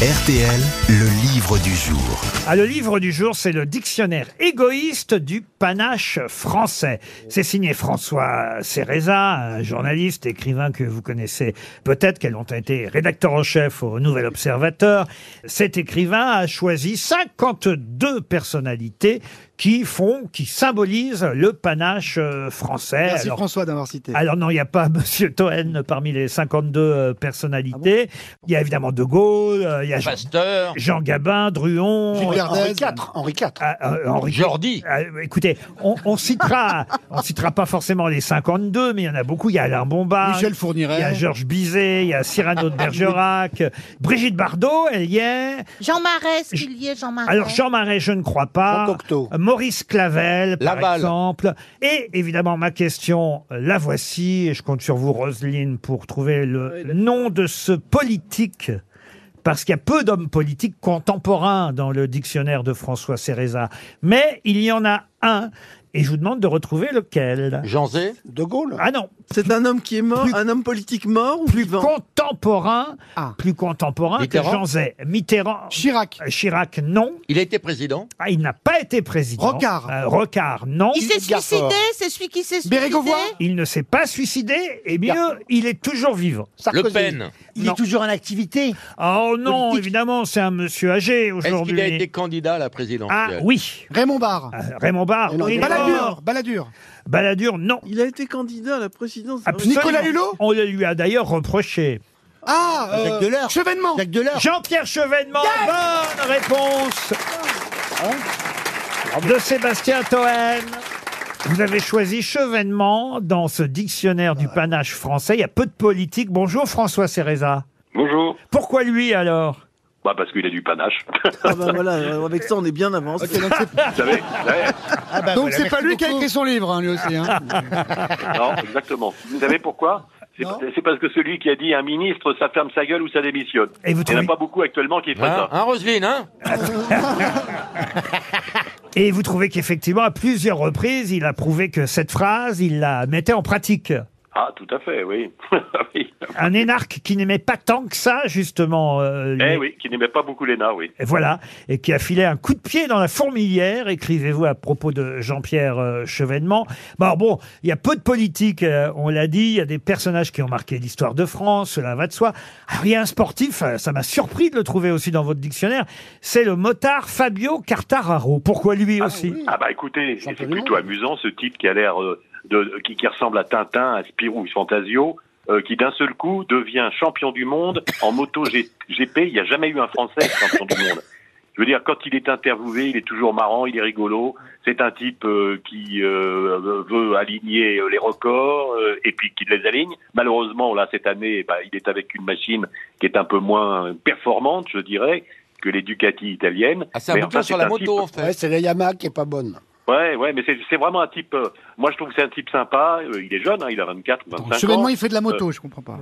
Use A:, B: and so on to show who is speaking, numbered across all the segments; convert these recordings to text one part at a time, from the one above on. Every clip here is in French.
A: RTL, le livre du jour.
B: Ah, le livre du jour, c'est le dictionnaire égoïste du panache français. C'est signé François Cereza, un journaliste, écrivain que vous connaissez peut-être, qui a longtemps été rédacteur en chef au Nouvel Observateur. Cet écrivain a choisi 52 personnalités qui font, qui symbolisent le panache euh, français.
C: Merci
B: Alors,
C: François d'avoir cité.
B: alors non, il n'y a pas Monsieur Toen parmi les 52 euh, personnalités.
C: Ah
B: il y a évidemment De Gaulle, euh, il y a
C: Bah,
B: Jean,
D: Pasteur,
B: Jean Gabin, Druon,
C: Gilbert
E: Henri
C: Dez.
E: IV. Henri IV.
B: Ah, euh, Henri-
D: Jordi.
B: Ah, euh, écoutez, on, on citera, on citera pas forcément les 52, mais il y en a beaucoup. Il y a Alain
F: Ah
B: Bombard,
C: Michel
B: il y a
C: Fourniret.
B: Georges Bizet, il y a Cyrano de Bergerac, euh, Brigitte Bardot, elle y est.
G: Jean Marais, est-ce qu'il y est Jean Marais
B: Alors Jean Marais, je ne crois pas.
E: Jean Cocteau.
B: Euh, Maurice Clavel, par
D: Laval.
B: exemple. Et évidemment, ma question, euh, la voici. Et je compte sur vous, Roselyne, pour trouver le nom de ce politique. Parce qu'il y a peu d'hommes politiques contemporains dans le dictionnaire de François Cereza. Mais il y en a un. Et je vous demande de retrouver lequel.
D: Jean Zé.
E: De Gaulle.
B: Ah non,
F: C'est un homme qui est mort, un homme politique mort ou vivant
B: contemporain,
C: Ah.
B: plus contemporain
D: Mitterrand
B: que Jean Zay. Mitterrand,
C: Chirac.
B: Chirac, non.
D: Il a été président.
B: Ah, il n'a pas été président.
C: Rocard.
B: Euh, Rocard, non.
G: Il s'est
E: Gafford.
G: suicidé, c'est celui qui s'est suicidé.
C: Bérégovoy
B: Il ne s'est pas suicidé, et mieux,
E: Gar-
B: il est toujours vivant.
D: Le Pen.
E: Il
B: Non.
E: est toujours en activité.
B: Oh non,
E: Politique.
B: évidemment, c'est un monsieur âgé
D: Est-ce qu'il
B: aujourd'hui.
D: a été candidat à la
B: Ah
D: présidentielle
B: oui,
C: Raymond Barre.
F: Ah.
B: Euh, Raymond Barre.
E: non,
B: oui,
E: il est
B: Baladur.
C: Balladur. Balladur.
B: Baladur, non.
F: Il a été candidat à la présidence.
B: Absolument.
C: Nicolas Hulot
B: On le lui a d'ailleurs reproché.
C: Ah euh,
E: Jacques Delors.
C: Chevènement.
E: Jacques Delors.
B: Jean-Pierre Chevènement, bonne réponse de Sébastien Toen. Vous avez choisi Chevènement dans ce dictionnaire du panache français. Il y a peu de politique. Bonjour François Cereza.
H: Bonjour.
B: Pourquoi lui alors
H: Bah parce qu'il est du panache.
F: Ah bah voilà, euh, avec ça on est bien avancé.
C: Ok, donc c'est-
H: Vous savez Ouais.
E: Ah bah
C: donc
E: voilà,
C: c'est pas
E: merci
C: lui qui a
E: beaucoup.
C: écrit son livre, hein, lui aussi. hein.
F: Ah,
H: Non, exactement. Vous savez pourquoi C'est
C: Non.
H: c'est parce que celui qui a dit un ministre, ça ferme sa gueule ou ça démissionne.
B: Et vous
H: Il n'y en
B: trouvez-
H: a pas beaucoup actuellement qui font
D: Hein,
H: ça.
D: hein, Roselyne, hein
B: Et vous trouvez qu'effectivement, à plusieurs reprises, il a prouvé que cette phrase, il la mettait en pratique.
H: Ah, tout à fait, oui. oui.
B: Un énarque qui n'aimait pas tant que ça, justement. euh, lui.
H: Eh oui, qui n'aimait pas beaucoup l'ENA, oui.
B: Et Voilà, et qui a filé un coup de pied dans la fourmilière, écrivez-vous à propos de Jean-Pierre euh, Chevènement. Bah, alors bon, il y a peu de politique, euh, on l'a dit, il y a des personnages qui ont marqué l'histoire de France, cela va de soi. Alors, il y a un sportif, euh, ça m'a surpris de le trouver aussi dans votre dictionnaire, c'est le motard Fabio Cartararo. Pourquoi lui aussi
H: Ah bah écoutez, c'est
E: Champion du
H: plutôt
E: monde.
H: amusant ce type qui a l'air euh, de qui, qui ressemble à Tintin, à Spirou, Fantasio, euh, qui d'un seul coup devient champion du monde en moto G- GP. Il n'y a jamais eu un Français champion du monde. Je veux dire, quand il est interviewé, il est toujours marrant, il est rigolo. C'est un type euh, qui euh, veut aligner euh, les records euh, et puis qui les aligne. Malheureusement, là, cette année, bah, il est avec une machine qui est un peu moins performante, je dirais, que les Ducati italiennes.
D: Ah, c'est un
H: Mais
D: bouquin
H: enfin,
D: sur
H: c'est
D: la
H: un
D: moto,
H: type-
D: en fait.
E: Ouais, c'est la Yamaha qui est pas bonne.
H: Ouais, ouais, mais c'est c'est vraiment un type. euh, moi, je trouve que c'est un type sympa. euh, il est jeune, hein, il a 24 ou 25 ans.
C: Chevènement, il fait de la
E: Euh.
C: moto, je comprends pas.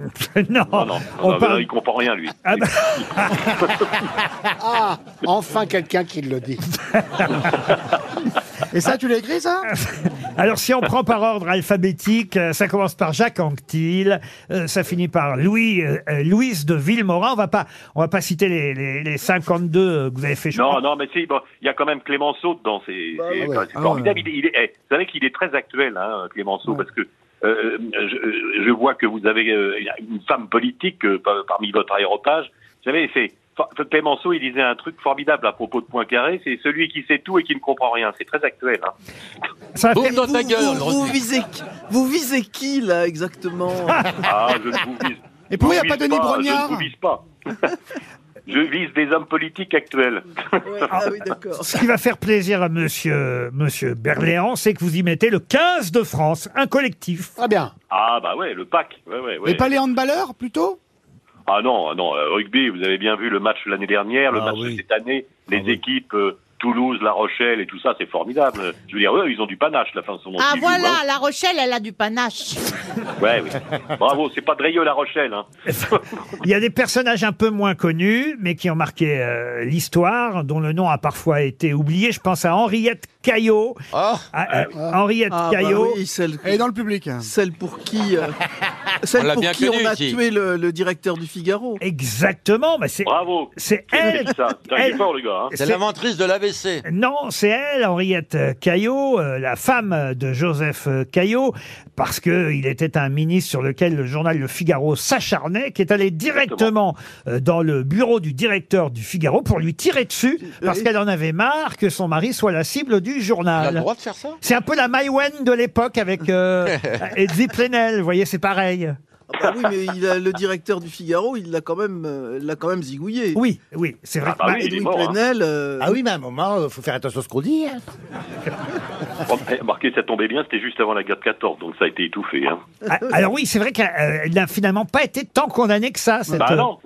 B: Non,
H: Non, non,
B: Oh, on
H: non, non,
B: parle-
H: il comprend rien, lui.
B: Ah bah-
E: Ah, enfin quelqu'un qui le dit.
C: Et ça, tu l'as écrit, ça
B: Alors, si on prend par ordre alphabétique, euh, ça commence par Jacques Anquetil, euh, ça finit par Louis, euh, euh, Louise de Villemorin. On va pas, on va pas citer les, les, les 52 euh, que vous avez fait. je
H: Non,
B: crois.
H: non, mais si, bon, il y a quand même Clémenceau dedans. C'est c'est-
E: ouais.
H: enfin,
B: Ah,
H: c'est formidable. Il est- il est- eh, vous savez qu'il est très actuel, hein, Clémenceau, parce que euh, je, je vois que vous avez euh, une femme politique euh, par- parmi votre aéropage. Vous savez, c'est for- Clémenceau, il disait un truc formidable à propos de Poincaré. C'est celui qui sait tout et qui ne comprend rien. C'est très actuel. hein.
B: Ça va
D: Boum
B: faire-
D: dans ta gueule,
F: vous, vous
D: Roselyne.
F: visez, qui- vous visez qui là exactement
H: Ah, je ne vous vise.
C: Et pourquoi
H: je
C: il n'y a pas
H: vous vise
C: Denis
H: Je ne
C: Brognard
H: vous vise pas. je vise des hommes politiques actuels.
F: Ouais, Ah oui d'accord.
B: ce qui va faire plaisir à Monsieur, Monsieur Berléand, c'est que vous y mettez le 15 de France, un collectif.
E: Très bien.
H: Ah bah ouais, le pack. Ouais, ouais, ouais.
C: Et pas les handballeurs, plutôt
H: Ah non, non, euh, rugby, vous avez bien vu le match l'année dernière, le
D: Ah
H: match
D: oui.
H: cette année, les équipes euh, Toulouse, La Rochelle et tout ça, c'est formidable. Je veux dire, eux, ils ont du panache, la fin de son
G: Ah
H: ils jouent,
G: voilà, La Rochelle, elle a du panache.
H: hein. Ouais, oui. Bravo, c'est pas Dreyeux, La Rochelle. Hein.
B: Il y a des personnages un peu moins connus, mais qui ont marqué euh, l'histoire, dont le nom a parfois été oublié. Je pense à Henriette Caillot.
D: Ah,
B: Ah, euh, Henriette
F: Ah bah
B: Caillot.
F: oui, celle,
E: Eh
C: Elle est dans le public. hein.
F: celle pour qui euh, Celle
D: l'a
F: pour
D: bien
F: qui
D: connue,
F: on a
D: qui-
F: tué le, le directeur du
B: Eh.
F: Figaro.
B: Exactement, mais c'est
H: Bravo.
B: c'est
G: Eh,
H: Qui
B: elle.
H: dit ça Putain, il est
B: elle-
H: fort, le gars. hein.
D: C'est l'inventrice de l'AVC.
B: Non, c'est elle, Henriette Caillot, euh, la femme de Joseph Caillot, parce que il était un ministre sur lequel le journal Le Figaro s'acharnait, qui est allé directement euh, dans le bureau du directeur du Figaro pour lui tirer dessus, parce
F: Oui.
B: qu'elle en avait marre que son mari soit la cible du
D: Elle a le
B: journal.
D: droit de faire ça
B: C'est un peu la Maïwen de l'époque avec euh, Edzy Plenel, vous voyez, c'est pareil.
F: Ah bah oui, mais il a- le directeur du Figaro, il l'a quand même, euh, l'a quand même zigouillé.
B: Oui, oui, c'est vrai.
H: Ah bah
B: que-
H: oui, il est
F: Edwin
H: mort, hein.
F: Plenel, euh,
E: Ah oui, mais à un moment, il faut faire attention à ce qu'on dit. hein.
H: Oh, eh, Marquez, ça tombait bien, c'était juste avant la guerre de 14, donc ça a été étouffé. Hein.
B: Ah, Alors oui, c'est vrai qu'elle euh, n'a finalement pas été tant condamnée que ça. Cette... euh,
H: Bah non.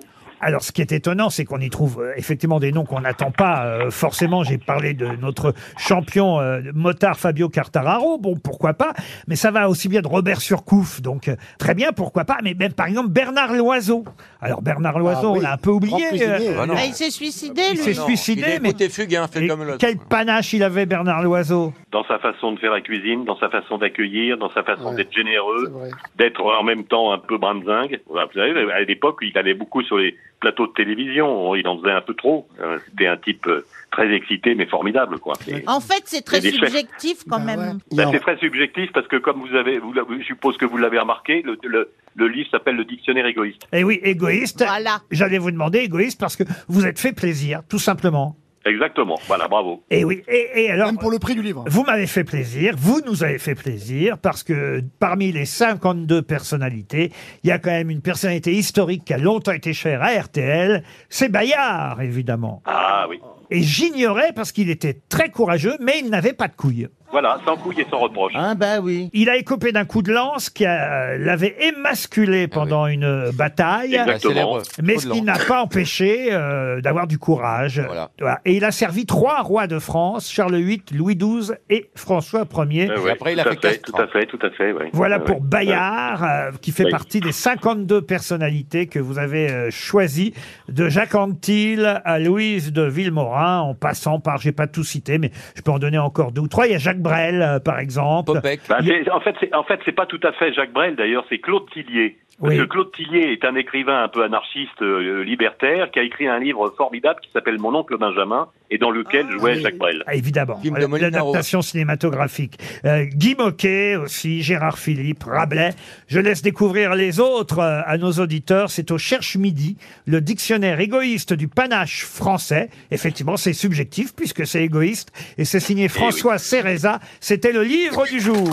B: Alors, ce qui est étonnant, c'est qu'on y trouve euh, effectivement des noms qu'on n'attend pas euh, forcément. J'ai parlé de notre champion euh, motard Fabio Cartararo. Bon, pourquoi pas Mais ça va aussi bien de Robert Surcouf. Donc, euh, très bien, pourquoi pas Mais même, par exemple, Bernard Loiseau. Alors, Bernard Loiseau,
E: Ah oui,
B: on l'a un peu oublié.
E: grand cuisinier.
B: euh,
D: Bah non.
G: Mais il s'est suicidé,
B: Il
G: lui.
B: s'est
D: Ah Non,
B: suicidé,
D: il est
B: mais-
D: écouté fugue, hein, fait
B: et
D: comme l'autre.
B: quel panache il avait, Bernard Loiseau
H: Dans sa façon de faire la cuisine, dans sa façon d'accueillir, dans sa façon
E: Ouais.
H: d'être
E: C'est
H: généreux,
E: vrai.
H: d'être en même temps un peu brinzingue. Voilà, Vous savez, à l'époque, il allait beaucoup sur les plateaux de télévision, il en faisait un peu trop. Euh, C'était un type euh, très excité, mais formidable. quoi. Et-
G: En fait, c'est très
H: Il y a des
G: subjectif quand
E: Bah
G: même.
E: ouais.
H: Bah,
E: Non.
H: c'est très subjectif parce que comme vous avez, vous, l'avez- je suppose que vous l'avez remarqué, le, le, le livre s'appelle Le Dictionnaire égoïste.
B: Eh oui, égoïste.
G: Voilà.
B: J'allais vous demander égoïste parce que vous êtes fait plaisir, tout simplement.
H: Exactement. Voilà, bravo.
B: Eh oui. Et, et alors.
C: Même pour le prix du livre.
B: Vous m'avez fait plaisir, vous nous avez fait plaisir, parce que parmi les 52 personnalités, il y a quand même une personnalité historique qui a longtemps été chère à RTL, c'est Bayard, évidemment.
H: Ah oui.
B: Et j'ignorais parce qu'il était très courageux, mais il n'avait pas de couilles.
H: Voilà, sans couilles et sans reproche.
E: Ah bah oui.
B: Il a écopé d'un coup de lance qui a- euh, l'avait émasculé pendant une bataille.
D: La célèbre
H: Exactement.
B: Mais
D: Ah Coup
B: ce
D: de
B: qui
D: langue.
B: n'a pas empêché euh, d'avoir du courage.
D: Voilà.
B: Et il a servi trois rois de France, Charles VIII, Louis XII et François Ier.
H: Ah ouais,
D: après, il a
H: tout
D: fait
H: à fait,
D: quatre.
H: tout à fait, tout à fait. ouais.
B: Voilà
H: Ouais,
B: pour
H: ouais.
B: Bayard, euh, qui fait
H: Oui.
B: partie des 52 personnalités que vous avez euh, choisies, de Jacques Anquetil à Louise de Villemorin, en passant par, j'ai pas tout cité, mais je peux en donner encore deux ou trois. Il y a Jacques Brel, euh, par exemple.
D: Popek.
H: Bah, c'est- en fait, c'est en fait, c'est pas tout à fait Jacques Brel d'ailleurs, c'est Claude Tillier. Parce
B: Oui.
H: que Claude Tillier est un écrivain un peu anarchiste euh, libertaire qui a écrit un livre formidable qui s'appelle Mon oncle Benjamin et dans lequel
F: Ah,
H: jouait
F: oui.
H: Jacques Brel.
B: Ah, Évidemment,
D: Film de
B: Voilà,
D: Molinaro.
B: l'adaptation cinématographique. Euh, Guy Moquet aussi, Gérard Philippe, Rabelais. Je laisse découvrir les autres euh, à nos auditeurs. C'est au Cherche Midi, le dictionnaire égoïste du panache français. Effectivement, c'est
D: Eh
B: subjectif puisque c'est égoïste et c'est signé François Cereza. C'était le livre du jour.